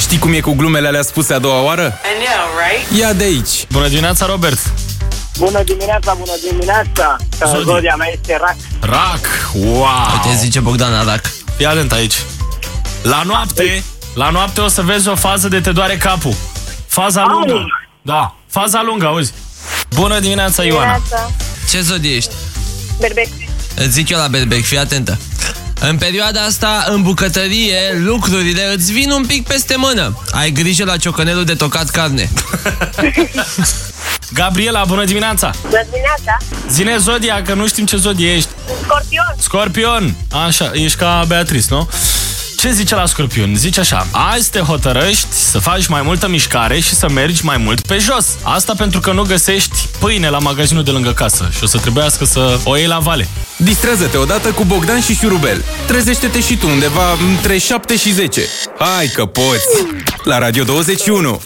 Știi cum e cu glumele alea spuse a doua oară? I know, right? Ia de aici! Bună dimineața, Robert! Bună dimineața, bună dimineața! Zodi. Zodia mea este rac. Rac! Wow! Te zice Bogdan Arac. Fii atent aici. La noapte, la noapte o să vezi o fază de te doare capul. Faza lungă. Da, faza lungă, auzi. Bună dimineața, Ioana. Dimineața, Ce zodie ești? berbec. Îți zic eu la Berbec, fii atentă. În perioada asta, în bucătărie, lucrurile îți vin un pic peste mână. Ai grijă la ciocănelul de tocat carne. Gabriela, bună dimineața. Bună dimineața, Zine zodia, că nu știm ce zodie ești. scorpion. Scorpion. Așa, ești ca Beatrice, nu? Ce zice la Scorpion? Zice așa, azi te hotărăști să faci mai multă mișcare și să mergi mai mult pe jos. Asta pentru că nu găsești pâine la magazinul de lângă casă și o să trebuiască să o iei la vale. Distrează-te odată cu Bogdan și Șurubel. Trezește-te și tu undeva între 7 și 10. Hai că poți! La Radio 21!